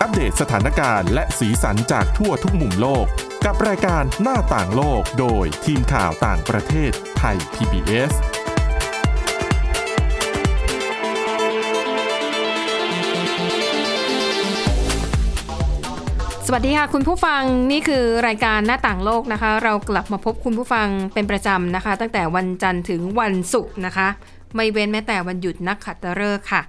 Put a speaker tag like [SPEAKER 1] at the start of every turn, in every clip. [SPEAKER 1] อัปเดตสถานการณ์และสีสันจากทั่วทุกมุมโลก กับรายการหน้าต่างโลกโดยทีมข่าวต่างประเทศไทย PBS
[SPEAKER 2] สวัสดีค่ะคุณผู้ฟังนี่คือรายการหน้าต่างโลกนะคะ เรากลับมาพบคุณผู้ฟังเป็นประจำนะคะ ตั้งแต่วันจันทร์ถึงวันศุกร์นะคะ ไม่เว้นแม้แต่วันหยุดนักขัตฤกษ์ค่ะ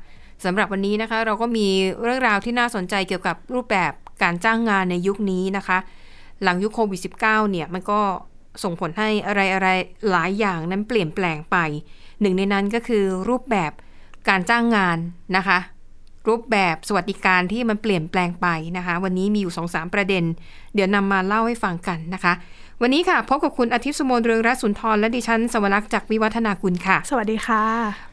[SPEAKER 2] สำหรับวันนี้นะคะ เราก็มีเรื่องราวที่น่าสนใจเกี่ยวกับรูปแบบการจ้างงานในยุคนี้นะคะ หลังยุคโควิด -19 เนี่ยมันก็ส่งผลให้อะไรอะไรหลายอย่างนั้นเปลี่ยนแปลงไป หนึ่งในนั้นก็คือรูปแบบการจ้างงานนะคะ รูปแบบสวัสดิการที่มันเปลี่ยนแปลงไปนะคะ วันนี้มีอยู่ 2-3 ประเด็น เดี๋ยวนำมาเล่าให้ฟังกันนะคะ วันนี้ค่ะพบกับคุณอาทิตย์สมนเรืองรัตน์สุนทรและดิฉันสวรักษ์จากวิวัฒนาคุณค่ะ
[SPEAKER 3] สวัสดีค่ะ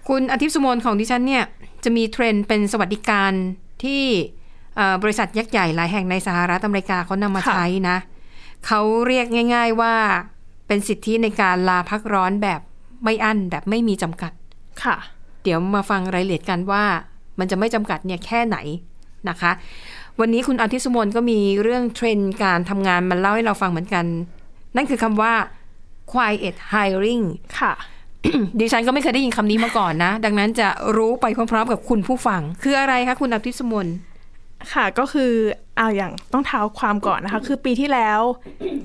[SPEAKER 2] คุณอาทิตย์สมนของดิฉันเนี่ยจะมีเทรนด์เป็นสวัสดิการที่เอ่อบริษัทยักษ์ใหญ่หลายแห่งในสหรัฐอเมริกาเขานำมา
[SPEAKER 3] ค่ะ
[SPEAKER 2] ใช้นะ เขาเรียกง่าย ๆว่าเป็นสิทธิในการลาพักร้อนแบบไม่อั้นแบบไม่มีจำกัด
[SPEAKER 3] ค่ะ
[SPEAKER 2] เดี๋ยวมาฟังรายละเอียดกันว่ามันจะไม่จำกัดเนี่ยแค่ไหนนะคะ วันนี้คุณอาทิตย์สมนก็มีเรื่องเทรนด์การทำงานมันเล่าให้เราฟังเหมือนกัน นั่นคือคำว่า quiet hiring
[SPEAKER 3] ค่ะ
[SPEAKER 2] ดิฉันก็ไม่เคยได้ยินคำนี้มาก่อนนะ ดังนั้นจะรู้ไปพร้อมๆ กับคุณผู้ฟัง คืออะไรคะคุณอาทิตย์สมน
[SPEAKER 3] ค่ะ ก็คือเอาอย่างต้องเท้าความก่อนนะคะ คือปีที่แล้ว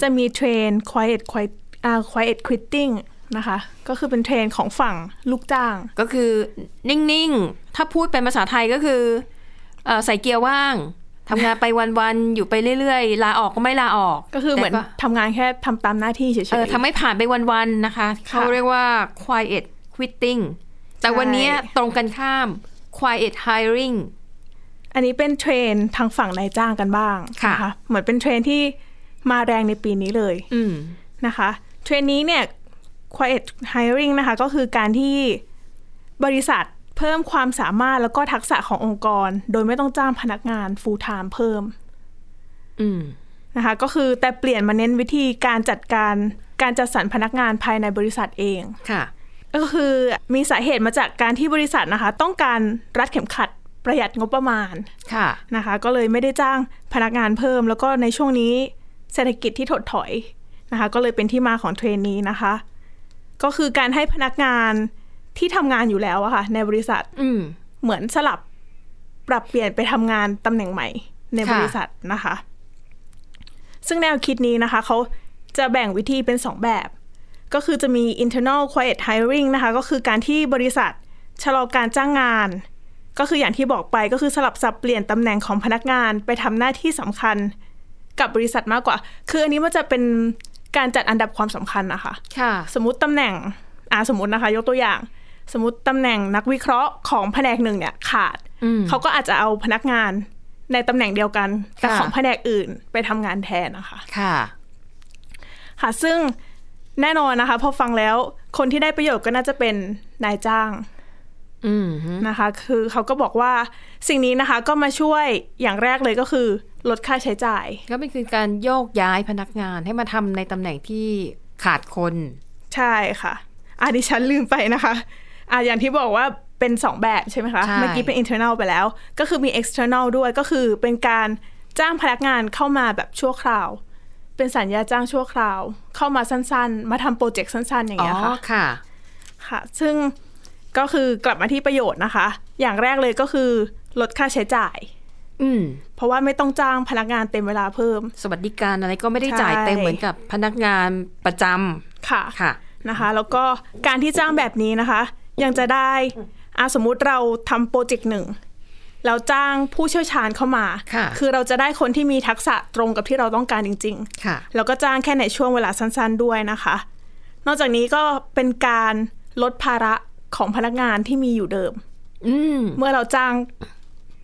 [SPEAKER 3] จะมีเทรน quiet quiet อ่า quiet quitting นะคะ ก็คือเป็นเทรนของฝั่งลูกจ้าง
[SPEAKER 2] ก็คือนิ่งๆ ถ้าพูดเป็นภาษาไทยก็คือเออใส่เกียร์ว่างทำงานไปวันๆ อยู่ไปเรื่อยๆ ลาออกก็ไม่ลาออก
[SPEAKER 3] ก็คือเหมือน
[SPEAKER 2] แต่
[SPEAKER 3] ทำงานแค่ทำตามหน้าที่เฉยๆ
[SPEAKER 2] เออทำให้ผ่านไปวันๆ นะคะ เขาเรียกว่า quiet quitting แต่
[SPEAKER 3] ใช่
[SPEAKER 2] วันนี้ตรงกันข้าม quiet hiring
[SPEAKER 3] อันนี้เป็นเทรนทางฝั่งนายจ้างกันบ้าง
[SPEAKER 2] ค่ะ
[SPEAKER 3] นเหมือนเป็นเทรนที่มาแรงในปีนี้เลย
[SPEAKER 2] อืม
[SPEAKER 3] นะคะเทรนนี้เนี่ย quiet hiring นะคะก็คือการที่บริษัทเพิ่มความสามารถแล้วก็ทักษะขององค์กร โดยไม่ต้องจ้างพนักงาน full time เพิ่ม
[SPEAKER 2] อืม
[SPEAKER 3] นะคะก็คือแต่เปลี่ยนมาเน้นวิธีการจัดการการจัดสรรพนักงานภายในบริษัทเอง
[SPEAKER 2] ค่ะ
[SPEAKER 3] ก็คือมีสาเหตุมาจากการที่บริษัทนะคะต้องการรัดเข็มขัดประหยัดงบประมาณ
[SPEAKER 2] ค่ะ
[SPEAKER 3] นะคะก็เลยไม่ได้จ้างพนักงานเพิ่ม แล้วก็ในช่วงนี้เศรษฐกิจที่ถดถอยนะคะก็เลยเป็นที่มาของเทรนนี้นะคะ ก็คือการให้พนักงานที่ทำงานอยู่แล้วอะค่ะในบริษัท
[SPEAKER 2] อืม
[SPEAKER 3] เหมือนสลับปรับเปลี่ยนไปทำงานตำแหน่งใหม่ใน
[SPEAKER 2] ค่ะ
[SPEAKER 3] บริษัทนะคะ ซึ่งแนวคิดนี้นะคะเขาจะแบ่งวิธีเป็น 2 แบบ ก็คือจะมี internal quiet hiring นะคะ ก็คือการที่บริษัทชะลอการจ้างงาน ก็คืออย่างที่บอกไปก็คือสลับสับเปลี่ยนตำแหน่งของพนักงานไปทำหน้าที่สำคัญกับบริษัทมากกว่า คืออันนี้มันจะเป็นการจัดอันดับความสำคัญนะคะ
[SPEAKER 2] ค่ะ
[SPEAKER 3] สมมติตำแหน่ง อ่าสมมตินะคะ ยกตัวอย่าง สมมติตำแหน่งนักวิเคราะห์ของแผนกหนึ่งเนี่ยขาด
[SPEAKER 2] อืม
[SPEAKER 3] เขาก็อาจจะเอาพนักงานในตำแหน่งเดียวกันแต่
[SPEAKER 2] ค่ะ
[SPEAKER 3] ของแผนกอื่นไปทำงานแทนนะคะ
[SPEAKER 2] ค่ะ
[SPEAKER 3] ค่ะ ซึ่งแน่นอนนะคะ พอฟังแล้วคนที่ได้ประโยชน์ก็น่าจะเป็นนายจ้าง
[SPEAKER 2] อืม
[SPEAKER 3] นะคะ คือเขาก็บอกว่าสิ่งนี้นะคะก็มาช่วยอย่างแรกเลยก็คือลดค่าใช้จ่าย
[SPEAKER 2] ก็เป็นคือการโยกย้ายพนักงานให้มาทำในตำแหน่งที่ขาดคน
[SPEAKER 3] ใช่ค่ะอ่ะดิฉันลืมไปนะคะอ่ะอย่างที่บอกว่าเป็น 2 แบบใช่ไหมคะ
[SPEAKER 2] ใช่
[SPEAKER 3] เมื่อกี้เป็น internal ไปแล้ว ก็คือมี external ด้วย ก็คือเป็นการจ้างพนักงานเข้ามาแบบชั่วคราว เป็นสัญญาจ้างชั่วคราว เข้ามาสั้นๆ มาทำโปรเจกต์สั้นๆ อย่าง
[SPEAKER 2] อ๋อ
[SPEAKER 3] เงี้ยค่ะ
[SPEAKER 2] ค่ะ
[SPEAKER 3] ค่ะ ซึ่งก็คือกลับมาที่ประโยชน์นะคะ อย่างแรกเลยก็คือลดค่าใช้จ่าย
[SPEAKER 2] อืม
[SPEAKER 3] เพราะว่าไม่ต้องจ้างพนักงานเต็มเวลาเพิ่ม
[SPEAKER 2] สวัสดิการอะไรก็ไม่ได้จ่าย
[SPEAKER 3] ใช่
[SPEAKER 2] เต็มเหมือนกับพนักงานประจ
[SPEAKER 3] ค่ะ
[SPEAKER 2] ำค่ะ
[SPEAKER 3] นะคะ แล้วก็การที่จ้างแบบนี้นะคะ ยังจะได้อ่ะสมมุติเราทำโปรเจกต์หนึ่ง เราจ้างผู้เชี่ยวชาญเข้ามา
[SPEAKER 2] ค่ะ
[SPEAKER 3] อเราจะได้คนที่มีทักษะตรงกับที่เราต้องการจริง
[SPEAKER 2] ค่ะ
[SPEAKER 3] ๆ แล้วก็จ้างแค่ในช่วงเวลาสั้นๆด้วยนะคะ นอกจากนี้ก็เป็นการลดภาระของพนักงานที่มีอยู่เดิม
[SPEAKER 2] อืม
[SPEAKER 3] เมื่อเราจ้าง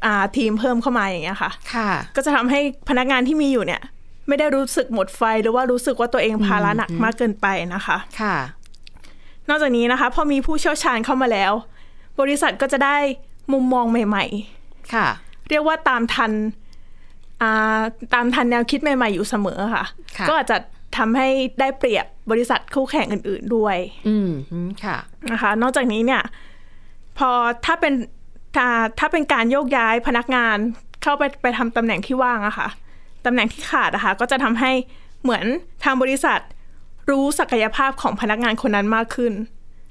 [SPEAKER 3] อ่าทีมเพิ่มเข้ามาอย่างเงี้ยค่ะ
[SPEAKER 2] ค่ะ
[SPEAKER 3] ก็จะทำให้พนักงานที่มีอยู่เนี่ย ไม่ได้รู้สึกหมดไฟหรือว่ารู้สึกว่าตัวเองภาระหนักมากเกินไปนะคะ
[SPEAKER 2] ค่ะ
[SPEAKER 3] นอกจากนี้นะคะ พอมีผู้เชี่ยวชาญเข้ามาแล้ว บริษัทก็จะได้มุมมองใหม่
[SPEAKER 2] ค่ะ
[SPEAKER 3] ๆ เรียกว่าตามทันอ่าตามทันแนวคิดใหม่ ๆ อยู่เสมอค่ะ
[SPEAKER 2] ค่ะ
[SPEAKER 3] ก็อาจจะทำให้ได้เปรียบบริษัทคู่แข่งอื่น ๆ ด้วย
[SPEAKER 2] อืม ค่ะ
[SPEAKER 3] นะคะ นอกจากนี้เนี่ย พอถ้าเป็นถ้าถ้าเป็นการโยกย้ายพนักงาน เข้าไปไปทำตำแหน่งที่ว่างอะค่ะตำแหน่งที่ขาดอะค่ะก็จะทำให้เหมือนทางบริษัท รู้ศักยภาพของพนักงานคนนั้นมากขึ้น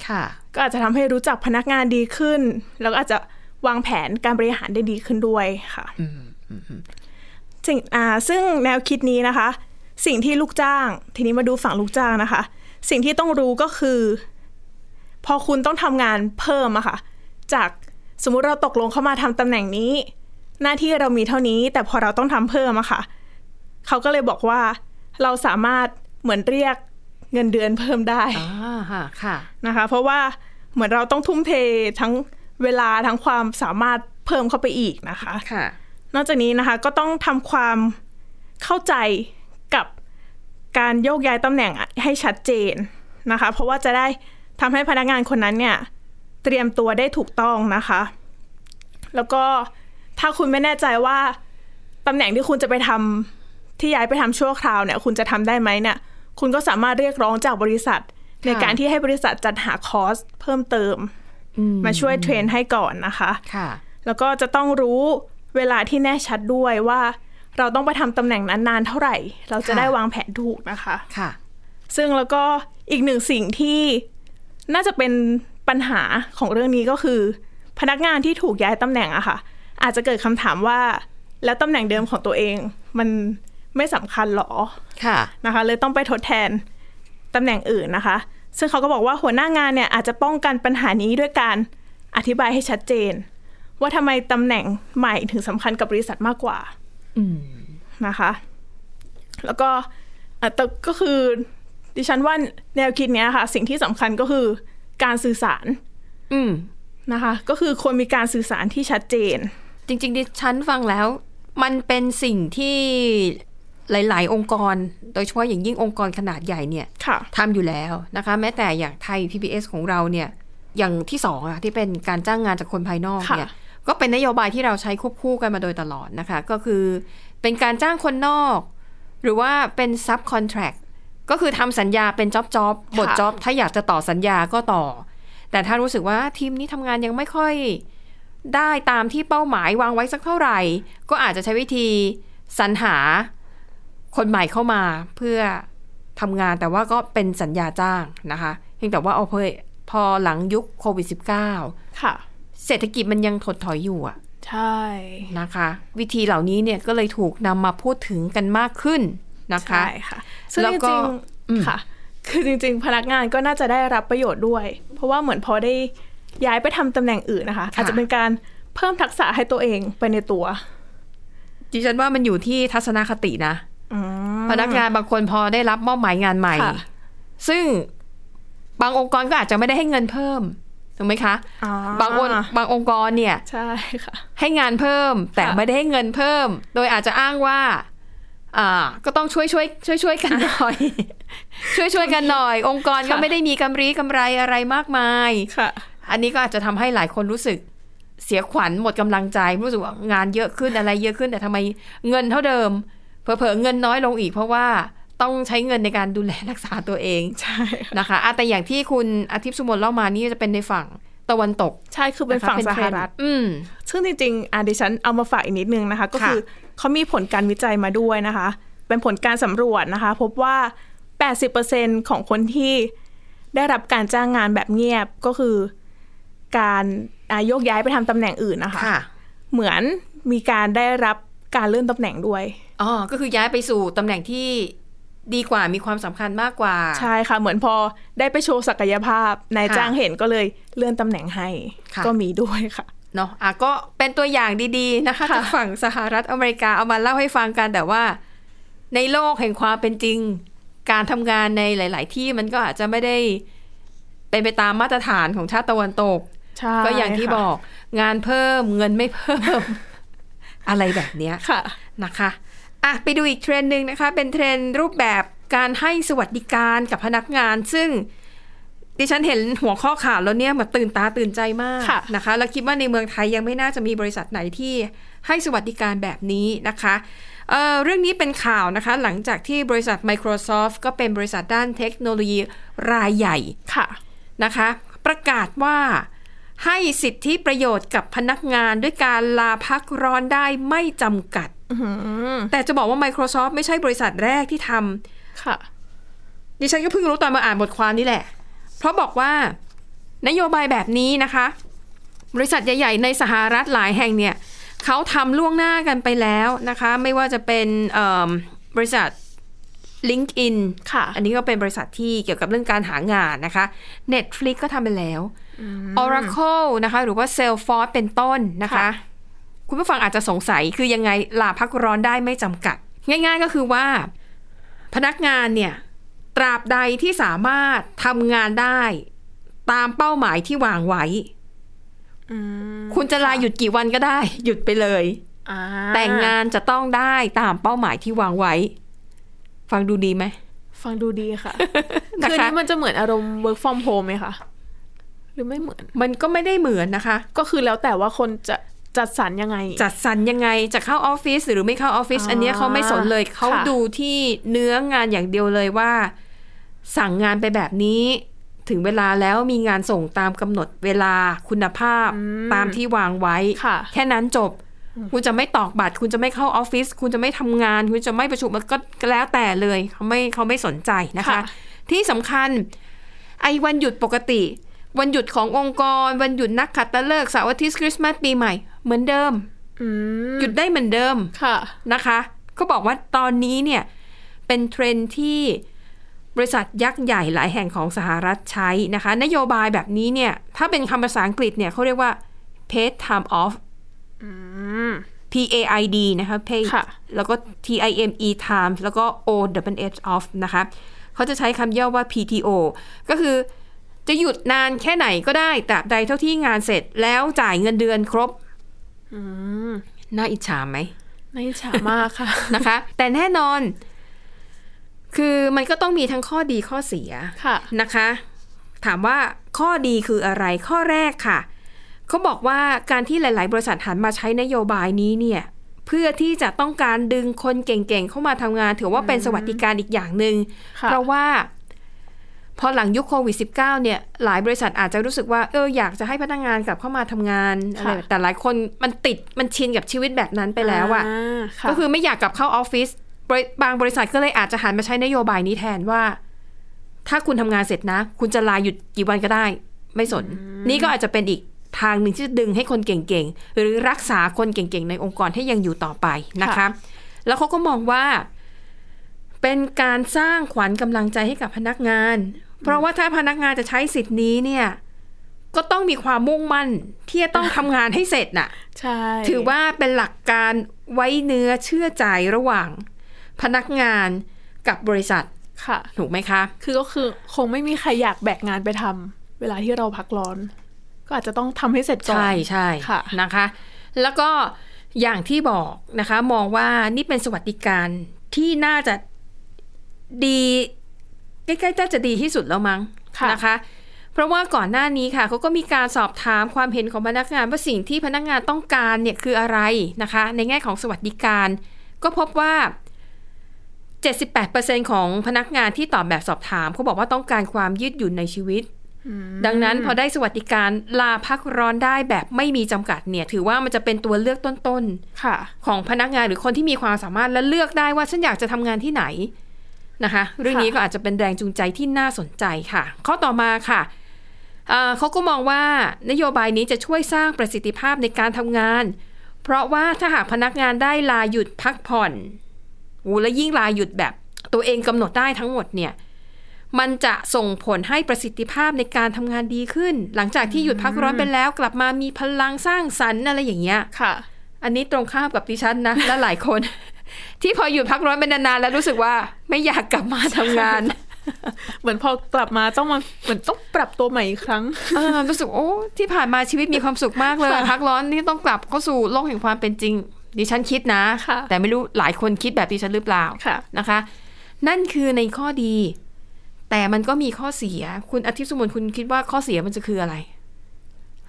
[SPEAKER 2] ค่ะ
[SPEAKER 3] ก็อาจจะทำให้รู้จักพนักงานดีขึ้น แล้วก็อาจจะวางแผนการบริหารได้ดีขึ้นด้วยค่ะสิ่งอ่าซึ่งแนวคิดนี้นะคะ สิ่งที่ลูกจ้าง ทีนี้มาดูฝั่งลูกจ้างนะคะ สิ่งที่ต้องรู้ก็คือ พอคุณต้องทำงานเพิ่มอะค่ะ จากสมมุติเราตกลงเข้ามาทำตำแหน่งนี้ หน้าที่เรามีเท่านี้ แต่พอเราต้องทำเพิ่มอะค่ะ เขาก็เลยบอกว่าเราสามารถเหมือนเรียกเงินเดือนเพิ่มได้
[SPEAKER 2] อ่าฮะค่ะ
[SPEAKER 3] นะคะเพราะว่าเหมือนเราต้องทุ่มเททั้งเวลาทั้งความสามารถเพิ่มเข้าไปอีกนะคะ
[SPEAKER 2] ค่ะ
[SPEAKER 3] นอกจากนี้นะคะก็ต้องทำความเข้าใจกับการโยกย้ายตำแหน่งอะให้ชัดเจนนะคะ เพราะว่าจะได้ทำให้พนักงานคนนั้นเนี่ยเตรียมตัวได้ถูกต้องนะคะ แล้วก็ถ้าคุณไม่แน่ใจว่าตำแหน่งที่คุณจะไปทำที่ย้ายไปทำชั่วคราวเนี่ยคุณจะทำได้ไหมเนี่ยคุณก็สามารถเรียกร้องจากบริษัท ในการที่ให้บริษัทจัดหาคอร์สเพิ่มเติม
[SPEAKER 2] อืม
[SPEAKER 3] มาช่วยเทรนให้ก่อนนะคะ
[SPEAKER 2] ค่ะ
[SPEAKER 3] แล้วก็จะต้องรู้เวลาที่แน่ชัดด้วยว่า เราต้องไปทำตำแหน่งนั้นนานเท่าไหร่ เราจะ
[SPEAKER 2] ค่ะ
[SPEAKER 3] ได้วางแผนถูกนะคะ
[SPEAKER 2] ค่ะ
[SPEAKER 3] ซึ่งแล้วก็อีกหนึ่งสิ่งที่น่าจะเป็นปัญหาของเรื่องนี้ก็คือ พนักงานที่ถูกย้ายตำแหน่งอะค่ะ อาจจะเกิดคำถามว่า แล้วตำแหน่งเดิมของตัวเอง มันไม่สำคัญหรอ
[SPEAKER 2] ค่ะ
[SPEAKER 3] นะคะเลยต้องไปทดแทนตำแหน่งอื่นนะคะ ซึ่งเขาก็บอกว่าหัวหน้างานเนี่ยอาจจะป้องกันปัญหานี้ด้วยการอธิบายให้ชัดเจน ว่าทำไมตำแหน่งใหม่ถึงสำคัญกับบริษัทมากกว่า
[SPEAKER 2] อืม
[SPEAKER 3] นะคะ แล้วก็อ่ะแต่ก็คือดิฉันว่าแนวคิดเนี้ยค่ะ สิ่งที่สำคัญก็คือการสื่อสาร
[SPEAKER 2] อืม
[SPEAKER 3] นะคะ ก็คือควรมีการสื่อสารที่ชัดเจน
[SPEAKER 2] จริงๆดิฉันฟังแล้ว มันเป็นสิ่งที่หลาย ๆ องค์กร โดยเฉพาะอย่างยิ่งองค์กรขนาดใหญ่เนี่ย
[SPEAKER 3] ค่ะ
[SPEAKER 2] ทำอยู่แล้วนะคะ แม้แต่อย่างไทย PBS ของเราเนี่ยอย่างที่สองอะที่เป็นการจ้างงานจากคนภายนอกเนี่ย
[SPEAKER 3] ค่ะ
[SPEAKER 2] ก็เป็นนโยบายที่เราใช้ควบคู่กันมาโดยตลอดนะคะ ก็คือเป็นการจ้างคนนอก หรือว่าเป็น sub contract ก็คือทำสัญญาเป็น job job บท job ถ้าอยากจะต่อสัญญาก็ต่อ แต่ถ้ารู้สึกว่าทีมนี้ทำงานยังไม่ค่อยได้ตามที่เป้าหมายวางไว้สักเท่าไหร่ ก็อาจจะใช้วิธีสรรหาคนใหม่เข้ามาเพื่อ ทำงานแต่ว่าก็เป็นสัญญาจ้างนะคะเพียงแต่ว่าเอาเพยพอหลังยุคโควิด -19
[SPEAKER 3] ค่ะ
[SPEAKER 2] เศรษฐกิจมันยังถดถอยอยู่อะ
[SPEAKER 3] ใช่
[SPEAKER 2] นะคะ วิธีเหล่านี้เนี่ยก็เลยถูกนำมาพูดถึงกันมากขึ้นนะคะ
[SPEAKER 3] ใช่ค่ะซึ่ง
[SPEAKER 2] แล้
[SPEAKER 3] จ
[SPEAKER 2] วก็
[SPEAKER 3] ริง
[SPEAKER 2] อืม
[SPEAKER 3] ๆค่ะ คือจริง ๆ พนักงานก็น่าจะได้รับประโยชน์ด้วย เพราะว่าเหมือนพอได้ย้ายไปทำตำแหน่งอื่นนะคะ อาจจะเป็นการเพิ่มทักษะให้ตัวเองไปในตัว
[SPEAKER 2] ดิฉันว่ามันอยู่ที่ทัศนคตินะพนักงานบางคนพอได้รับมอบหมายงานใหม่
[SPEAKER 3] ค่ะ
[SPEAKER 2] ซึ่งบางองค์กรก็อาจจะไม่ได้ให้เงินเพิ่มถูกไหมคะบางองค์บางองค์กรเนี่ย
[SPEAKER 3] ใช่ค่ะ
[SPEAKER 2] ให้งานเพิ่มแต่
[SPEAKER 3] ค่ะ
[SPEAKER 2] ไม่ได้ให้เงินเพิ่ม โดยอาจจะอ้างว่า อ่า ก็ต้องช่วยช่วยช่วยช่วยกันหน่อย ช่วยช่วยกันหน่อย องค์กรก็
[SPEAKER 3] ค่ะ
[SPEAKER 2] ไม่ได้มีกำไรกำไรอะไรมากมาย
[SPEAKER 3] ค่ะ
[SPEAKER 2] อันนี้ก็อาจจะทำให้หลายคนรู้สึกเสียขวัญหมดกำลังใจ รู้สึกว่างานเยอะขึ้นอะไรเยอะขึ้น แต่ทำไมเงินเท่าเดิม เผลอๆเงินน้อยลงอีก เพราะว่าต้องใช้เงินในการดูแลรักษาตัวเอง
[SPEAKER 3] ใช่ค่ะ
[SPEAKER 2] นะคะอ่ะแต่อย่างที่คุณอาทิตย์สุมนต์เล่ามานี่จะเป็นในฝั่งตะวันตก
[SPEAKER 3] ใช่คือเป็นะคะ ฝั่งส
[SPEAKER 2] เท
[SPEAKER 3] ห
[SPEAKER 2] นด์
[SPEAKER 3] รัฐ
[SPEAKER 2] อืม
[SPEAKER 3] ซึ่งจริงๆอ่ะดิฉันเอามาฝากอีกนิดนึงนะคะ ก็คือเขามีผลการวิจัยมาด้วยนะคะ เป็นผลการสำรวจนะคะ พบว่า 80%ของคนที่ได้รับการจ้างงานแบบเงียบก็คือ การอ่ะโยกย้ายไปทำตำแหน่งอื่นนะคะ
[SPEAKER 2] ค่ะ
[SPEAKER 3] เหมือนมีการได้รับการเลื่อนตำแหน่งด้วย
[SPEAKER 2] อ๋อ ก็คือย้ายไปสู่ตำแหน่งที่ดีกว่ามีความสำคัญมากกว่า
[SPEAKER 3] ใช่ค่ะ เหมือนพอได้ไปโชว์ศักยภาพนาย
[SPEAKER 2] ค่ะ
[SPEAKER 3] จ้างเห็นก็เลยเลื่อนตำแหน่งให้
[SPEAKER 2] ค่ะ
[SPEAKER 3] ก็มีด้วยค่ะ
[SPEAKER 2] เนาะอ่ะก็เป็นตัวอย่างดีๆนะคะ
[SPEAKER 3] ค่ะ
[SPEAKER 2] จากฝั่งสหรัฐอเมริกาเอามาเล่าให้ฟังกันแต่ว่า ในโลกแห่งความเป็นจริง การทำงานในหลาย ๆ ที่มันก็อาจจะไม่ได้เป็นไปตามมาตรฐานของชาติตะวันตก
[SPEAKER 3] ใช่
[SPEAKER 2] ก็อย่างที่
[SPEAKER 3] ค่ะ
[SPEAKER 2] บอกงานเพิ่มเงินไม่เพิ่ม อะไรแบบเนี้ย
[SPEAKER 3] ค่ะ
[SPEAKER 2] นะคะอ่ะไปดูอีกเทรนด์หนึ่งนะคะ เป็นเทรนด์รูปแบบการให้สวัสดิการกับพนักงาน ซึ่งดิฉันเห็นหัวข้อข่าวแล้วเนี่ยมาตื่นตาตื่นใจมาก
[SPEAKER 3] ค่ะ
[SPEAKER 2] นะคะ แล้วคิดว่าในเมืองไทยยังไม่น่าจะมีบริษัทไหนที่ให้สวัสดิการแบบนี้นะคะเอ่อเรื่องนี้เป็นข่าวนะคะ หลังจากที่บริษัท Microsoft ก็เป็นบริษัทด้านเทคโนโลยีรายใหญ่
[SPEAKER 3] ค่ะ
[SPEAKER 2] นะคะประกาศว่า ให้สิทธิประโยชน์กับพนักงานด้วยการลาพักร้อนได้ไม่จำกัด
[SPEAKER 3] อื้อหือ
[SPEAKER 2] แต่จะบอกว่า Microsoft ไม่ใช่บริษัทแรกที่ทำ
[SPEAKER 3] ค่ะ
[SPEAKER 2] ดิฉันก็เพิ่งรู้ตอนมาอ่านบทความนี่แหละ เพราะบอกว่า นโยบายแบบนี้นะคะ บริษัทใหญ่ ๆ ในสหรัฐหลายแห่งเนี่ยเขาทำล่วงหน้ากันไปแล้วนะคะ ไม่ว่าจะเป็นเอิ่มบริษัท LinkedIn
[SPEAKER 3] ค่ะ
[SPEAKER 2] อันนี้ก็เป็นบริษัทที่เกี่ยวกับเรื่องการหางานนะคะ Netflix ก็ทำไปแล้ว Oracle นะคะ หรือว่า Salesforce เป็นต้นนะคะ
[SPEAKER 3] ค่ะ
[SPEAKER 2] คุณผู้ฟังอาจจะสงสัยคือยังไงลาพักร้อนได้ไม่จำกัด ง่ายๆก็คือว่า พนักงานเนี่ย ตราบใดที่สามารถทำงานได้ตามเป้าหมายที่วางไว้
[SPEAKER 3] อืม
[SPEAKER 2] คุณจะลาหยุดกี่วันก็ได้ หยุดไปเลย
[SPEAKER 3] อ่า
[SPEAKER 2] แต่งงานจะต้องได้ตามเป้าหมายที่วางไว้ ฟังดูดีไหม
[SPEAKER 3] ฟังดูดีค่ะ
[SPEAKER 2] นะคะ
[SPEAKER 3] คืออันนี้มันจะเหมือนอารมณ์ work from home ไหมคะ หรือไม่เหมือน
[SPEAKER 2] มันก็ไม่ได้เหมือนนะคะ
[SPEAKER 3] ก็คือแล้วแต่ว่าคนจะจัดสรรยังไง
[SPEAKER 2] จัดสรรยังไงจะเข้าออฟฟิศหรือไม่เข้าออฟฟิศ
[SPEAKER 3] อ่า
[SPEAKER 2] อันเนี้ยเขาไม่สนเลยเขา
[SPEAKER 3] ค่ะ
[SPEAKER 2] ดูที่เนื้องานอย่างเดียวเลยว่า สั่งงานไปแบบนี้ ถึงเวลาแล้วมีงานส่งตามกำหนดเวลาคุณภาพตามที่วางไว้
[SPEAKER 3] ค่ะ
[SPEAKER 2] แค่นั้นจบ คุณจะไม่ตอกบัตร คุณจะไม่เข้าออฟฟิศคุณจะไม่ทำงาน คุณจะไม่ประชุมมันก็ก็แล้วแต่เลยเขาไม่เขาไม่สนใจนะคะ
[SPEAKER 3] ค่ะ
[SPEAKER 2] ที่สำคัญ ไอ้วันหยุดปกติ วันหยุดขององค์กร วันหยุดนักขัตฤกษ์เสาร์อาทิตย์คริสต์มาสปีใหม่เหมือนเดิม
[SPEAKER 3] อืม
[SPEAKER 2] หยุดได้เหมือนเดิม
[SPEAKER 3] ค่ะ
[SPEAKER 2] นะคะ ก็บอกว่าตอนนี้เนี่ย เป็นเทรนด์ที่บริษัทยักษ์ใหญ่หลายแห่งของสหรัฐใช้นะคะ นโยบายแบบนี้เนี่ย ถ้าเป็นคำภาษาอังกฤษเนี่ยเขาเรียกว่า paid time off
[SPEAKER 3] อืม
[SPEAKER 2] P A I D นะคะ pay
[SPEAKER 3] ค่ะ
[SPEAKER 2] แล้วก็ T I M E time แล้วก็ O W H off นะคะ เขาจะใช้คำย่อว่า P T O ก็คือจะหยุดนานแค่ไหนก็ได้ตราบใดเท่าที่งานเสร็จแล้วจ่ายเงินเดือนครบ
[SPEAKER 3] อืม
[SPEAKER 2] น่าอิจฉาไหม
[SPEAKER 3] น่าอิจฉามาก ค่ะ
[SPEAKER 2] นะคะ แต่แน่นอน คือมันก็ต้องมีทั้งข้อดีข้อเสีย
[SPEAKER 3] ค่ะ
[SPEAKER 2] นะคะ ถามว่าข้อดีคืออะไรข้อแรกค่ะ เขาบอกว่าการที่หลาย ๆ บริษัทหันมาใช้นโยบายนี้เนี่ย เพื่อที่จะต้องการดึงคนเก่ง ๆ เข้ามาทำงาน ถือว่าเป็นสวัสดิการอีกอย่างหนึ่ง
[SPEAKER 3] ค่ะ
[SPEAKER 2] เพราะว่า พอหลังยุคโควิด -19 เนี่ย หลายบริษัทอาจจะรู้สึกว่า เอออยากจะให้พนักงานกลับเข้ามาทำงานอะไร
[SPEAKER 3] ค่ะ
[SPEAKER 2] แต่หลายคนมันติดมันชินกับชีวิตแบบนั้นไปแล้วอะ
[SPEAKER 3] าะ
[SPEAKER 2] ก็คือไม่อยากกลับเข้าออฟฟิศบริบางบริษัทก็เลยอาจจะหันมาใช้นโยบายนี้แทนว่า ถ้าคุณทำงานเสร็จนะ คุณจะลาหยุดกี่วันก็ได้ ไม่สน นี่ก็อาจจะเป็นอีกทางหนึ่งที่จะดึงให้คนเก่งๆ หรือรักษาคนเก่งๆ ในองค์กรให้ยังอยู่ต่อไปนะคะ แล้วเขาก็มองว่า เป็นการสร้างขวัญกำลังใจให้กับพนักงาน เพราะว่าถ้าพนักงานจะใช้สิทธิ์นี้เนี่ย ก็ต้องมีความมุ่งมั่นที่จะต้องทำงานให้เสร็จน่ะ
[SPEAKER 3] ใช่
[SPEAKER 2] ถือว่าเป็นหลักการไว้เนื้อเชื่อใจระหว่าง พนักงานกับบริษัท
[SPEAKER 3] ค่ะ
[SPEAKER 2] ถูกไหมคะ
[SPEAKER 3] คือก็คือคงไม่มีใครอยากแบกงานไปทำเวลาที่เราพักร้อน ก็อาจจะต้องทำให้เสร็จก่อน
[SPEAKER 2] ใช่ใช่
[SPEAKER 3] ค่ะ
[SPEAKER 2] นะคะ แล้วก็อย่างที่บอกนะคะ มองว่านี่เป็นสวัสดิการที่น่าจะดีใกล้ๆน่าจะดีที่สุดแล้วมั้ง
[SPEAKER 3] ค่ะ
[SPEAKER 2] นะคะ เพราะว่าก่อนหน้านี้ค่ะเขาก็มีการสอบถามความเห็นของพนักงานว่าสิ่งที่พนักงานต้องการเนี่ยคืออะไรนะคะ ในแง่ของสวัสดิการ ก็พบว่า 78%ของพนักงานที่ตอบแบบสอบถามเขาบอกว่าต้องการความยืดหยุ่นในชีวิต ดังนั้นพอได้สวัสดิการลาพักร้อนได้แบบไม่มีจำกัดเนี่ย ถือว่ามันจะเป็นตัวเลือกต้น
[SPEAKER 3] ค่ะ
[SPEAKER 2] ๆ ของพนักงานหรือคนที่มีความสามารถและเลือกได้ว่าฉันอยากจะทำงานที่ไหนนะคะ เรื่องนี้ก็อาจจะเป็นแรงจูงใจที่น่าสนใจค่ะ ข้อต่อมาค่ะเอ่อเขาก็มองว่านโยบายนี้จะช่วยสร้างประสิทธิภาพในการทำงาน เพราะว่าถ้าหากพนักงานได้ลาหยุดพักผ่อนโอ้และยิ่งลาหยุดแบบตัวเองกำหนดได้ทั้งหมดเนี่ย มันจะส่งผลให้ประสิทธิภาพในการทำงานดีขึ้น หลังจากที่หยุดพักร้อนไปแล้ว กลับมามีพลังสร้างสรรค์อะไรอย่างเงี้ย
[SPEAKER 3] ค่ะ
[SPEAKER 2] อันนี้ตรงข้ามกับดิฉันนะ และหลายคน ที่พอหยุดพักร้อนไปนานๆแล้วรู้สึกว่าไม่อยากกลับมาทำงาน
[SPEAKER 3] เหมือนพอกลับมาต้องมาเหมือนต้องปรับตัวใหม่อีกครั้ง
[SPEAKER 2] เออรู้สึกโอ้ที่ผ่านมาชีวิตมีความสุขมากเลยพักร้อนนี่ต้องกลับเข้าสู่โลกแห่งความเป็นจริง ดิฉันคิดนะ
[SPEAKER 3] ค่ะ
[SPEAKER 2] แต่ไม่รู้หลายคนคิดแบบดิฉันหรือเปล่า
[SPEAKER 3] ค่ะ
[SPEAKER 2] นะคะ นั่นคือในข้อดี แต่มันก็มีข้อเสีย คุณอาทิตย์สุมนคุณคิดว่าข้อเสียมันจะคืออะไร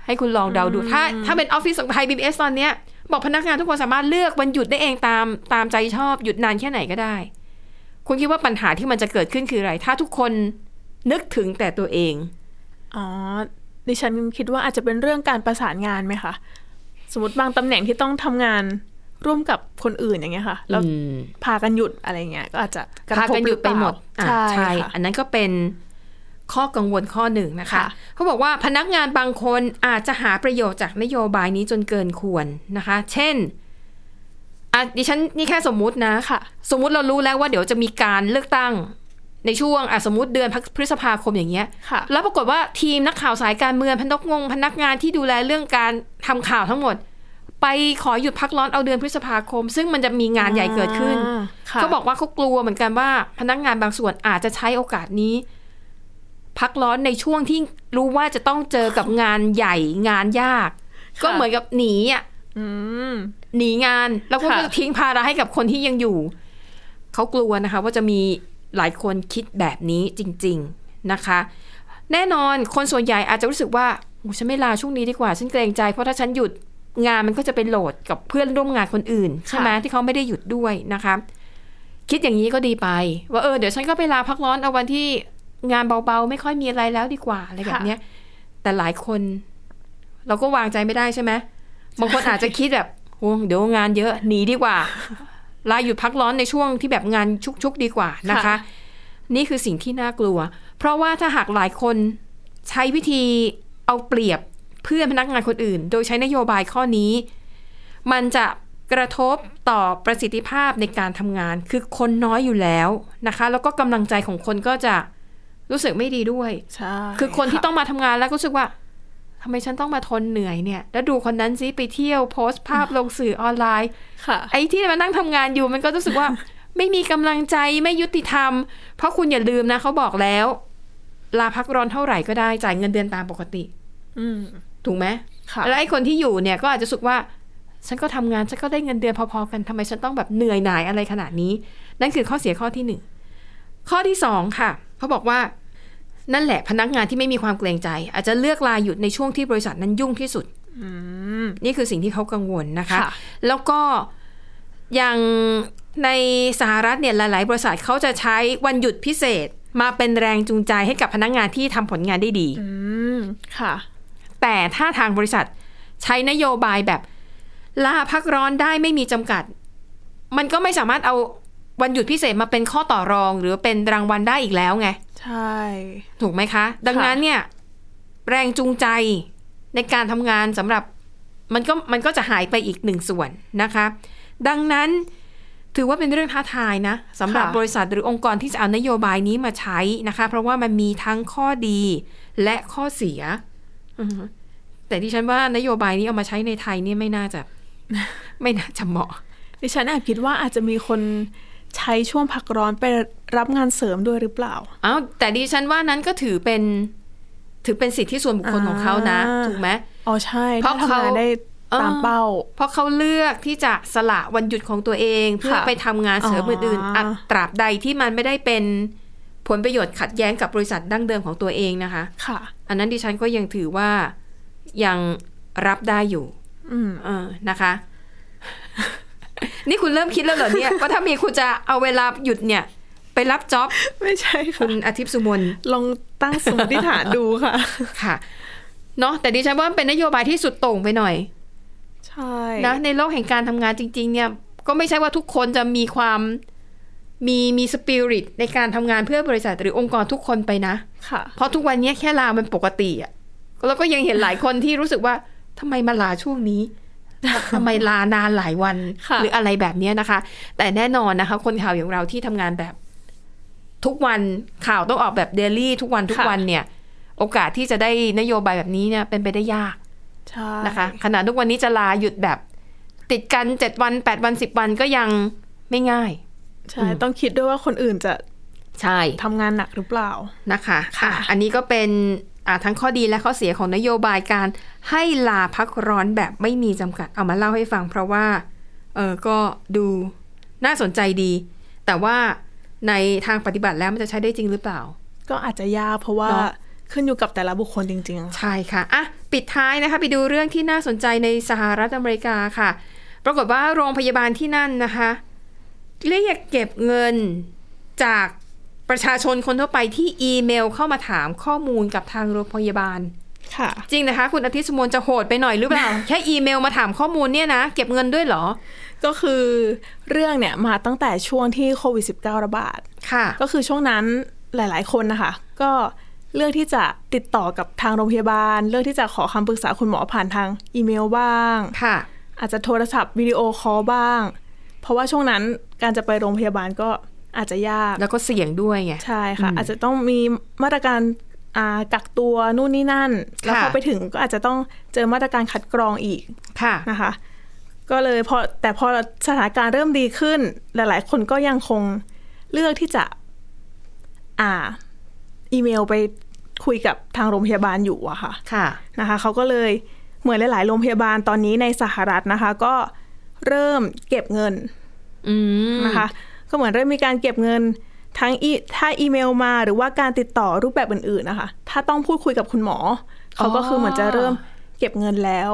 [SPEAKER 2] ให้คุณลองเดาดู ถ้า ถ้าเป็นออฟฟิศของไทยบีบีเอสตอนเนี้ย บอกพนักงานทุกคนสามารถเลือกวันหยุดได้เองตามตามใจชอบหยุดนานแค่ไหนก็ได้ คุณคิดว่าปัญหาที่มันจะเกิดขึ้นคืออะไร ถ้าทุกคนนึกถึงแต่ตัวเอง
[SPEAKER 3] อ๋อ ดิ ดิฉันคิดว่าอาจจะเป็นเรื่องการประสานงานไหมคะสมมติบางตำแหน่งที่ต้องทำงานร่วมกับคนอื่นอย่างเงี้ยค่ะ แล้ว
[SPEAKER 2] อืม
[SPEAKER 3] พากันหยุดอะไรเงี้ยก็อาจจะระทบ
[SPEAKER 2] พากันหยุดไปหมด
[SPEAKER 3] รือ
[SPEAKER 2] อ่ะ
[SPEAKER 3] เปล่าใช่
[SPEAKER 2] ใช่
[SPEAKER 3] ค่ะ
[SPEAKER 2] อันนั้นก็เป็นข้อกังวลข้อหนึ่งนะคะ
[SPEAKER 3] ค่ะ
[SPEAKER 2] เขาบอกว่าพนักงานบางคนอาจจะหาประโยชน์จากนโยบายนี้จนเกินควรนะคะ เช่นอ่ะดิฉันนี่แค่สมมุตินะ
[SPEAKER 3] ค่ะ
[SPEAKER 2] สมมุติเรารู้แล้วว่าเดี๋ยวจะมีการเลือกตั้งในช่วงอ่ะสมมติเดือนพฤษภาคมอย่างเงี้ย
[SPEAKER 3] ค่ะ
[SPEAKER 2] แล้วปรากฏว่าทีมนักข่าวสายการเมืองพนักงงพนักงานที่ดูแลเรื่องการทำข่าวทั้งหมด ไปขอหยุดพักร้อนเอาเดือนพฤษภาคม ซึ่งมันจะมีงานใหญ่เกิดขึ้น
[SPEAKER 3] อ่าค่ะ
[SPEAKER 2] เขาบอกว่าเขากลัวเหมือนกันว่า พนักงานบางส่วนอาจจะใช้โอกาสนี้ พักร้อนในช่วงที่รู้ว่าจะต้องเจอกับงานใหญ่งานยาก ก็เหมือนกับหนีอ่ะ
[SPEAKER 3] อืม
[SPEAKER 2] หนีงานแล้วก็
[SPEAKER 3] ค่ะ
[SPEAKER 2] จะทิ้งภาระให้กับคนที่ยังอยู่ เขากลัวนะคะ ว่าจะมีหลายคนคิดแบบนี้จริง ๆนะคะ แน่นอนคนส่วนใหญ่อาจจะรู้สึกว่าโอ้ฉันไม่ลาช่วงนี้ดีกว่า ฉันเกรงใจ เพราะถ้าฉันหยุดงานมันก็จะเป็นโหลดกับเพื่อนร่วมงานคนอื่น ใช่ไหมที่เขาไม่ได้หยุดด้วยนะคะ คิดอย่างนี้ก็ดีไป ว่าเออเดี๋ยวฉันก็ไปลาพักร้อนเอาวันที่งานเบาๆ ไม่ค่อยมีอะไรแล้วดีกว่าอะไรแบบเนี้ย แต่หลายคน เราก็วางใจไม่ได้ใช่ไหมบางคนอาจจะคิดแบบโอ้เดี๋ยวงานเยอะหนีดีกว่า ลาหยุดพักร้อนในช่วงที่แบบงานชุกๆดีกว่านะคะ
[SPEAKER 3] ค่ะ
[SPEAKER 2] นี่คือสิ่งที่น่ากลัว เพราะว่าถ้าหากหลายคนใช้วิธีเอาเปรียบเพื่อนพนักงานคนอื่น โดยใช้นโยบายข้อนี้ มันจะกระทบต่อประสิทธิภาพในการทำงาน คือคนน้อยอยู่แล้วนะคะ แล้วก็กำลังใจของคนก็จะรู้สึกไม่ดีด้วย
[SPEAKER 3] ใช่
[SPEAKER 2] คือคนที่ต้องมาทำงานแล้วก็รู้สึกว่าทำไมฉันต้องมาทนเหนื่อยเนี่ย แล้วดูคนนั้นซิไปเที่ยวโพสต์ภาพลงสื่อออนไลน์
[SPEAKER 3] ค่ะ
[SPEAKER 2] ไอ้ที่มานั่งทำงานอยู่มันก็รู้สึกว่า ไม่มีกำลังใจไม่ยุติธรรม เพราะคุณอย่าลืมนะเขาบอกแล้ว ลาพักร้อนเท่าไหร่ก็ได้จ่ายเงินเดือนตามปกติ
[SPEAKER 3] อืม
[SPEAKER 2] ถูกไหม
[SPEAKER 3] ค่ะ
[SPEAKER 2] แล้วไอ้คนที่อยู่เนี่ยก็อาจจะรู้สึกว่า ฉันก็ทำงานฉันก็ได้เงินเดือนพอๆกันทำไมฉันต้องแบบเหนื่อยหน่ายอะไรขนาดนี้ นั่นคือข้อเสียข้อที่หนึ่งข้อที่สองค่ะเขาบอกว่า นั่นแหละพนักงานที่ไม่มีความเกรงใจ อาจจะเลือกลาหยุดในช่วงที่บริษัทนั้นยุ่งที่สุด
[SPEAKER 3] อืม
[SPEAKER 2] นี่คือสิ่งที่เขากังวลนะคะ
[SPEAKER 3] ค่ะ
[SPEAKER 2] แล้วก็อย่างในสหรัฐเนี่ยหลาย ๆ บริษัทเขาจะใช้วันหยุดพิเศษมาเป็นแรงจูงใจให้กับพนักงานที่ทำผลงานได้ดี
[SPEAKER 3] อืม ค่ะ
[SPEAKER 2] แต่ถ้าทางบริษัทใช้นโยบายแบบลาพักร้อนได้ไม่มีจำกัด มันก็ไม่สามารถเอาวันหยุดพิเศษมาเป็นข้อต่อรอง หรือเป็นรางวัลได้อีกแล้วไง
[SPEAKER 3] ใช่
[SPEAKER 2] ถูกไหมคะ ดังนั้นเนี่ยแรงจูงใจในการทำงานสำหรับมันก็มันก็จะหายไปอีกหนึ่งส่วนนะคะ ดังนั้นถือว่าเป็นเรื่องท้าทายนะสำหรับ
[SPEAKER 3] ค่ะ
[SPEAKER 2] บริษัทหรือองค์กรที่จะเอานโยบายนี้มาใช้นะคะ เพราะว่ามันมีทั้งข้อดีและข้อเสียอือฮึแต่ที่ฉันว่านโยบายนี้เอามาใช้ในไทยเนี่ยไม่น่าจะ ไม่น่าจะเหมาะ
[SPEAKER 3] ดิฉันแอบคิดว่าอาจจะมีคนใช้ช่วงพักร้อนไปรับงานเสริมด้วยหรือเปล่า
[SPEAKER 2] อ้าวแต่ดิฉันว่านั้นก็ถือเป็นถือเป็นสิทธิส่วนบุคคลของเขานะ
[SPEAKER 3] อ่า
[SPEAKER 2] ถูกไหม
[SPEAKER 3] อ๋อใช่
[SPEAKER 2] เพราะ
[SPEAKER 3] ถ้ทำงาน
[SPEAKER 2] เขา
[SPEAKER 3] ได้ตา
[SPEAKER 2] เอ
[SPEAKER 3] ม
[SPEAKER 2] อ
[SPEAKER 3] เป้า
[SPEAKER 2] เพราะเขาเลือกที่จะสละวันหยุดของตัวเอง เพื่อ
[SPEAKER 3] ค่ะ
[SPEAKER 2] ไปทำงานเสริมอื่น
[SPEAKER 3] อ๋
[SPEAKER 2] ๆ
[SPEAKER 3] อ
[SPEAKER 2] อัตราบใดที่มันไม่ได้เป็นผลประโยชน์ขัดแย้งกับบริษัทดั้งเดิมของตัวเองนะคะ
[SPEAKER 3] ค่ะ
[SPEAKER 2] อันนั้นดิฉันก็ยังถือว่ายังรับได้อยู่
[SPEAKER 3] อืม
[SPEAKER 2] เออนะคะ นี่คุณเริ่มคิดแล้วเหรอเนี่ย ว่าถ้ามีคุณจะเอาเวลาหยุดเนี่ย ไปรับ จ็อบ
[SPEAKER 3] ไม่ใช่
[SPEAKER 2] คุ
[SPEAKER 3] ค่ะ
[SPEAKER 2] ณอาทิตย์สุมน
[SPEAKER 3] ลองตั้งสมมติฐานดูค่ะ
[SPEAKER 2] ค่ะเนาะแต่ดิฉันว่ามันเป็นนโยบายที่สุดโต่งไปหน่อย
[SPEAKER 3] ใช่
[SPEAKER 2] นะในโลกแห่งการทำงานจริง ๆ เนี่ย ก็ไม่ใช่ว่าทุกคนจะมีความมีมีสปิริตในการทำงานเพื่อบริษัทหรือองค์กรทุกคนไปนะ
[SPEAKER 3] ค่ะ
[SPEAKER 2] เพราะทุกวันเนี้ยแค่ลามันปกติอะแล้วก็ยังเห็นหลายคนที่รู้สึกว่าทำไมมาลาช่วงนี้ทำไมลานานหลายวัน
[SPEAKER 3] ค่ะ
[SPEAKER 2] หรืออะไรแบบเนี้ยนะคะ แต่แน่นอนนะคะ คนข่าวอย่างเราที่ทำงานแบบ ทุกวันข่าวต้องออกแบบเดลี่ทุกวันทุกวันเนี่ย โอกาสที่จะได้นโยบายแบบนี้เนี่ยเป็นไปได้ยาก
[SPEAKER 3] ใช่
[SPEAKER 2] นะคะขนาดทุกวันนี้จะลาหยุดแบบ ติดกันเจ็ดวันแปดวันสิบวันก็ยังไม่ง่าย
[SPEAKER 3] ใช่ ต้องคิดด้วยว่าคนอื่นจะ
[SPEAKER 2] ใช่
[SPEAKER 3] ทำงานหนักหรือเปล่า
[SPEAKER 2] นะคะ
[SPEAKER 3] ค่ะ
[SPEAKER 2] อ่อันนี้ก็เป็นอ่ะทั้งข้อดีและข้อเสียของนโยบายการให้ลาพักร้อนแบบไม่มีจำกัดเอามาเล่าให้ฟัง เพราะว่าเออก็ดูน่าสนใจดี แต่ว่าในทางปฏิบัติแล้วมันจะใช้ได้จริงหรือเปล่า
[SPEAKER 3] ก็อาจจะยากเพราะว่า
[SPEAKER 2] เนอะ
[SPEAKER 3] ขึ้นอยู่กับแต่ละบุคคลจริงๆอะค่ะ
[SPEAKER 2] ใช่ค่ะ อ่ะ ปิดท้ายนะคะ ไปดูเรื่องที่น่าสนใจในสหรัฐอเมริกาค่ะ ปรากฏว่าโรงพยาบาลที่นั่นนะคะ เรียกเก็บเงินจากประชาชนคนทั่วไปที่อีเมลเข้ามาถามข้อมูลกับทางโรงพยาบาล
[SPEAKER 3] ค่ะ
[SPEAKER 2] จริงนะคะ คุณอาทิตย์สุมนจะโหดไปหน่อยหรือ เปล่า แค่อีเมลมาถามข้อมูลเนี่ยนะ เก็บเงินด้วยเหรอ
[SPEAKER 3] ก็คือเรื่องเนี่ยมาตั้งแต่ช่วงที่โควิด -19 ระบาด
[SPEAKER 2] ค่ะ
[SPEAKER 3] ก็คือช่วงนั้นหลายๆ คนนะคะ ก็เลือกที่จะติดต่อกับทางโรงพยาบาล เลือกที่จะขอคำปรึกษาคุณหมอผ่านทางอีเมลบ้าง
[SPEAKER 2] ค่ะ
[SPEAKER 3] อาจจะโทรศัพท์วิดีโอคอลบ้าง เพราะว่าช่วงนั้นการจะไปโรงพยาบาลก็อาจจะยาก
[SPEAKER 2] แล้วก็เสี่ยงด้วยไง
[SPEAKER 3] ใช่ค่ะ อาจจะต้องมีมาตรการอ่ากักตัวนู่นนี่นั่น แล้ว
[SPEAKER 2] ค่ะ
[SPEAKER 3] พอไปถึงก็อาจจะต้องเจอมาตรการคัดกรองอีก
[SPEAKER 2] ค่ะ
[SPEAKER 3] นะคะ ก็เลยพอแต่พอสถานการณ์เริ่มดีขึ้น หลายๆ คนก็ยังคงเลือกที่จะ อ่า อีเมลไปคุยกับทางโรงพยาบาลอยู่อะค่ะ
[SPEAKER 2] ค่ะ
[SPEAKER 3] นะคะเขาก็เลยเหมือนหลาย ๆ โรงพยาบาลตอนนี้ในสหรัฐนะคะ ก็เริ่มเก็บเงิน
[SPEAKER 2] อืม
[SPEAKER 3] นะคะ ก็เหมือนเริ่มมีการเก็บเงินทั้งอีถ้าอีเมลมาหรือว่าการติดต่อรูปแบบอื่น ๆ นะคะ ถ้าต้องพูดคุยกับคุณหมอเขาก็คือเหมือนจะเริ่มเก็บเงินแล้ว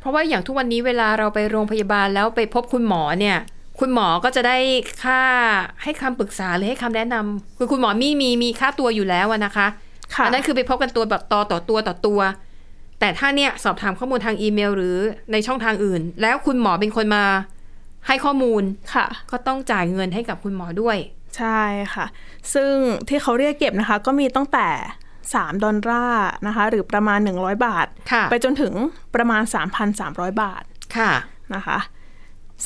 [SPEAKER 2] เพราะว่าอย่างทุกวันนี้เวลาเราไปโรงพยาบาลแล้วไปพบคุณหมอเนี่ย คุณหมอก็จะได้ค่าให้คำปรึกษาหรือให้คำแนะนำคือคุณหมอมีมีมีค่าตัวอยู่แล้วอะนะคะ
[SPEAKER 3] ค่ะ
[SPEAKER 2] อันั้นคือไปพบกันตัวแบบต่อต่อตัวต่อตัว แต่ถ้าเนี่ยสอบถามข้อมูลทางอีเมล หรือในช่องทางอื่น แล้วคุณหมอเป็นคนมาให้ข้อมูล
[SPEAKER 3] ค่ะ
[SPEAKER 2] ก็ต้องจ่ายเงินให้กับคุณหมอด้วย
[SPEAKER 3] ใช่ค่ะ ซึ่งที่เขาเรียกเก็บนะคะ ก็มีตั้งแต่ 3 ดอลลาร์นะคะ หรือประมาณ 100 บาท
[SPEAKER 2] ค่ะ
[SPEAKER 3] ไปจนถึงประมาณ 3,300 บาท
[SPEAKER 2] ค่ะ
[SPEAKER 3] นะคะ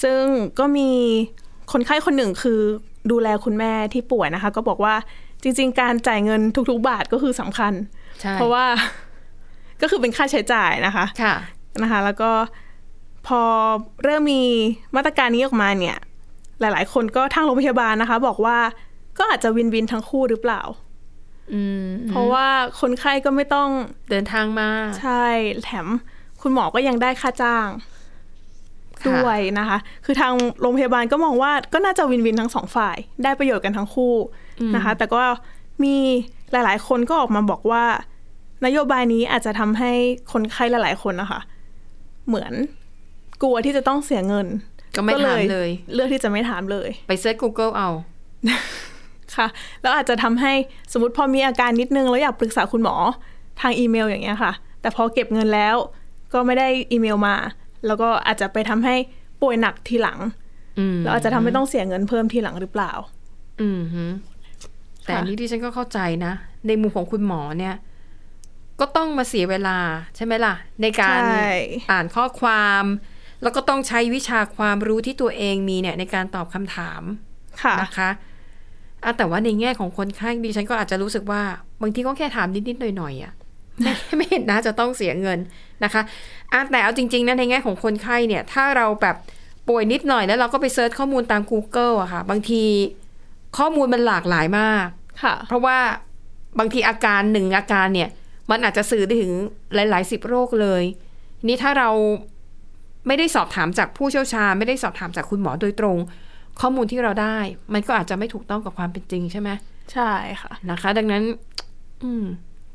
[SPEAKER 3] ซึ่งก็มีคนไข้คนหนึ่งคือดูแลคุณแม่ที่ป่วยนะคะ ก็บอกว่าจริงๆ การจ่ายเงินทุกๆ บาทก็คือสำคัญ
[SPEAKER 2] ใช่
[SPEAKER 3] เพราะว่า ก็คือเป็นค่าใช้จ่ายนะคะ
[SPEAKER 2] ค่ะ
[SPEAKER 3] นะคะแล้วก็พอเริ่มมีมาตรการนี้ออกมาเนี่ย หลายๆ คนก็ทางโรงพยาบาลนะคะ บอกว่าก็อาจจะวินวินทั้งคู่หรือเปล่า
[SPEAKER 2] อืม
[SPEAKER 3] เพราะว่าคนไข้ก็ไม่ต้อง
[SPEAKER 2] เดินทางมา
[SPEAKER 3] ใช่แถมคุณหมอก็ยังได้ค่าจ้าง
[SPEAKER 2] ค่ะ
[SPEAKER 3] ด้วยนะคะ คือทางโรงพยาบาลก็มองว่าก็น่าจะวินวินทั้งสองฝ่าย ได้ประโยชน์กันทั้งคู่นะคะ แต่ก็มีหลายๆ คนก็ออกมาบอกว่า นโยบายนี้อาจจะทำให้คนไข้หลายๆ คนนะคะ เหมือนกลัวที่จะต้องเสียเงิน
[SPEAKER 2] ก็ไม่ถามเลย
[SPEAKER 3] เลือกที่จะไม่ถามเลย
[SPEAKER 2] ไปเซิร์ช Google เอา
[SPEAKER 3] ค่ะ แล้วอาจจะทำให้สมมติพอมีอาการนิดนึงแล้วอยากปรึกษาคุณหมอทางอีเมลอย่างเงี้ยค่ะ แต่พอเก็บเงินแล้ว ก็ไม่ได้อีเมลมา แล้วก็อาจจะไปทำให้ป่วยหนักทีหลัง
[SPEAKER 2] อืม
[SPEAKER 3] แล้วอาจจะทำให้ต้องเสียเงินเพิ่มทีหลังหรือเปล่า
[SPEAKER 2] อืมฮึแต่อันนี้ที่ฉันก็เข้าใจนะ ในมุมของคุณหมอเนี่ย ก็ต้องมาเสียเวลาใช่ไหมล่ะ ในการ
[SPEAKER 3] ใช่
[SPEAKER 2] อ่านข้อความ แล้วก็ต้องใช้วิชาความรู้ที่ตัวเองมีเนี่ย ในการตอบคำถาม
[SPEAKER 3] ค่ะ
[SPEAKER 2] นะคะอ่ะแต่ว่าในแง่ของคนไข้ดิฉันก็อาจจะรู้สึกว่า บางทีก็แค่ถามนิด ๆ หน่อย ๆอะ ไม่ ไม่เห็นนะจะต้องเสียเงินนะคะอ่ะแต่เอาจริง ๆ นะในแง่ของคนไข้เนี่ย ถ้าเราแบบป่วยนิดหน่อยแล้วเราก็ไปเซิร์ชข้อมูลตาม Google อะค่ะ บางทีข้อมูลมันหลากหลายมาก
[SPEAKER 3] ค่ะ
[SPEAKER 2] เพราะว่าบางทีอาการหนึ่งอาการเนี่ย มันอาจจะสื่อได้ถึงหลาย ๆ สิบโรคเลย นี่ถ้าเราไม่ได้สอบถามจากผู้เชี่ยวชาญ ไม่ได้สอบถามจากคุณหมอโดยตรง ข้อมูลที่เราได้ มันก็อาจจะไม่ถูกต้องกับความเป็นจริงใช่ไหม
[SPEAKER 3] ใช่ค่ะ
[SPEAKER 2] นะคะ ดังนั้น อืม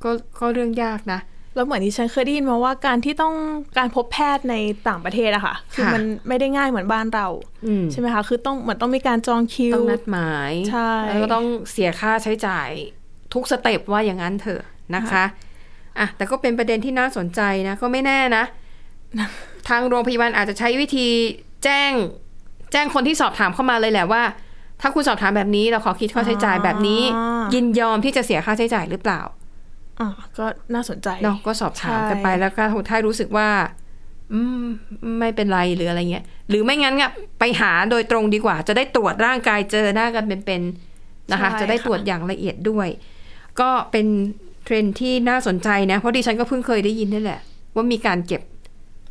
[SPEAKER 2] ก็ก็เรื่องยากนะ
[SPEAKER 3] แล้วเหมือนที่ฉันเคยได้ยินมาว่าการที่ต้องการพบแพทย์ในต่างประเทศอะค่ะ คือ
[SPEAKER 2] ค่ะ
[SPEAKER 3] มันไม่ได้ง่ายเหมือนบ้านเรา
[SPEAKER 2] อืม
[SPEAKER 3] ใช่ไหมคะ คือต้องเหมือนต้องมีการจองคิว
[SPEAKER 2] ต้องนัดหมาย
[SPEAKER 3] ใช่
[SPEAKER 2] แล้วก็ต้องเสียค่าใช้จ่ายทุกสเต็ปว่าอย่างนั้นเถอะนะคะอ่ะแต่ก็เป็นประเด็นที่น่าสนใจนะ ก็ไม่แน่ นะ ทางโรงพยาบาลอาจจะใช้วิธีแจ้ง แจ้งคนที่สอบถามเข้ามาเลยแหละว่า ถ้าคุณสอบถามแบบนี้เราขอคิดค่าใช้จ่ายแบบนี้
[SPEAKER 3] อ่ายิ
[SPEAKER 2] ยินยอมที่จะเสียค่าใช้จ่ายหรือเปล่า
[SPEAKER 3] อ่ะก็น่าสนใจ
[SPEAKER 2] เนาะก็สอบถามกันไป
[SPEAKER 3] ใช่
[SPEAKER 2] แล้วก็ถ้ารู้สึกว่า อืม ไม่เป็นไรหรืออะไรเงี้ย หรือไม่งั้นก็ไปหาโดยตรงดีกว่า จะได้ตรวจร่างกายเจอหน้ากันเป็นๆนะคะ จะได้ตรวจอย่างละเอียดด้วย ก็เป็นเทรนด์ที่น่าสนใจนะ เพราะดิฉันก็เพิ่งเคยได้ยินนี่แหละ ว่ามีการเก็บ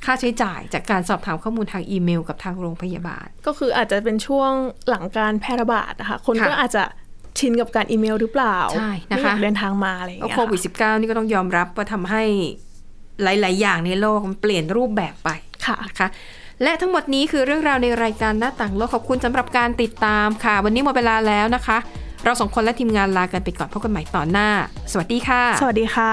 [SPEAKER 2] ค่าใช้จ่ายจากการสอบถามข้อมูลทางอีเมลกับทางโรงพยาบาล
[SPEAKER 3] ก็คืออาจจะเป็นช่วงหลังการแพร่ระบาดนะคะ คน
[SPEAKER 2] ค่ะ
[SPEAKER 3] ก็อาจจะชินกับการอีเมลหรือเปล่า
[SPEAKER 2] ใช่นะคะ
[SPEAKER 3] ไม่อยากเดินทางมาอะไรอย่าง
[SPEAKER 2] ก็
[SPEAKER 3] เงี้ย
[SPEAKER 2] โควิด -19 นี่ก็ต้องยอมรับว่าทำให้หลาย ๆ อย่างในโลกมันเปลี่ยนรูปแบบไป
[SPEAKER 3] ค่ะ
[SPEAKER 2] นะคะและทั้งหมดนี้คือเรื่องราวในรายการหน้าต่างโลกขอบคุณสำหรับการติดตามค่ะ วันนี้หมดเวลาแล้วนะคะ เราสองคนและทีมงานลากันไปก่อนพบกันใหม่ตอนหน้า สวัสดีค่ะ
[SPEAKER 3] สวัสดีค่ะ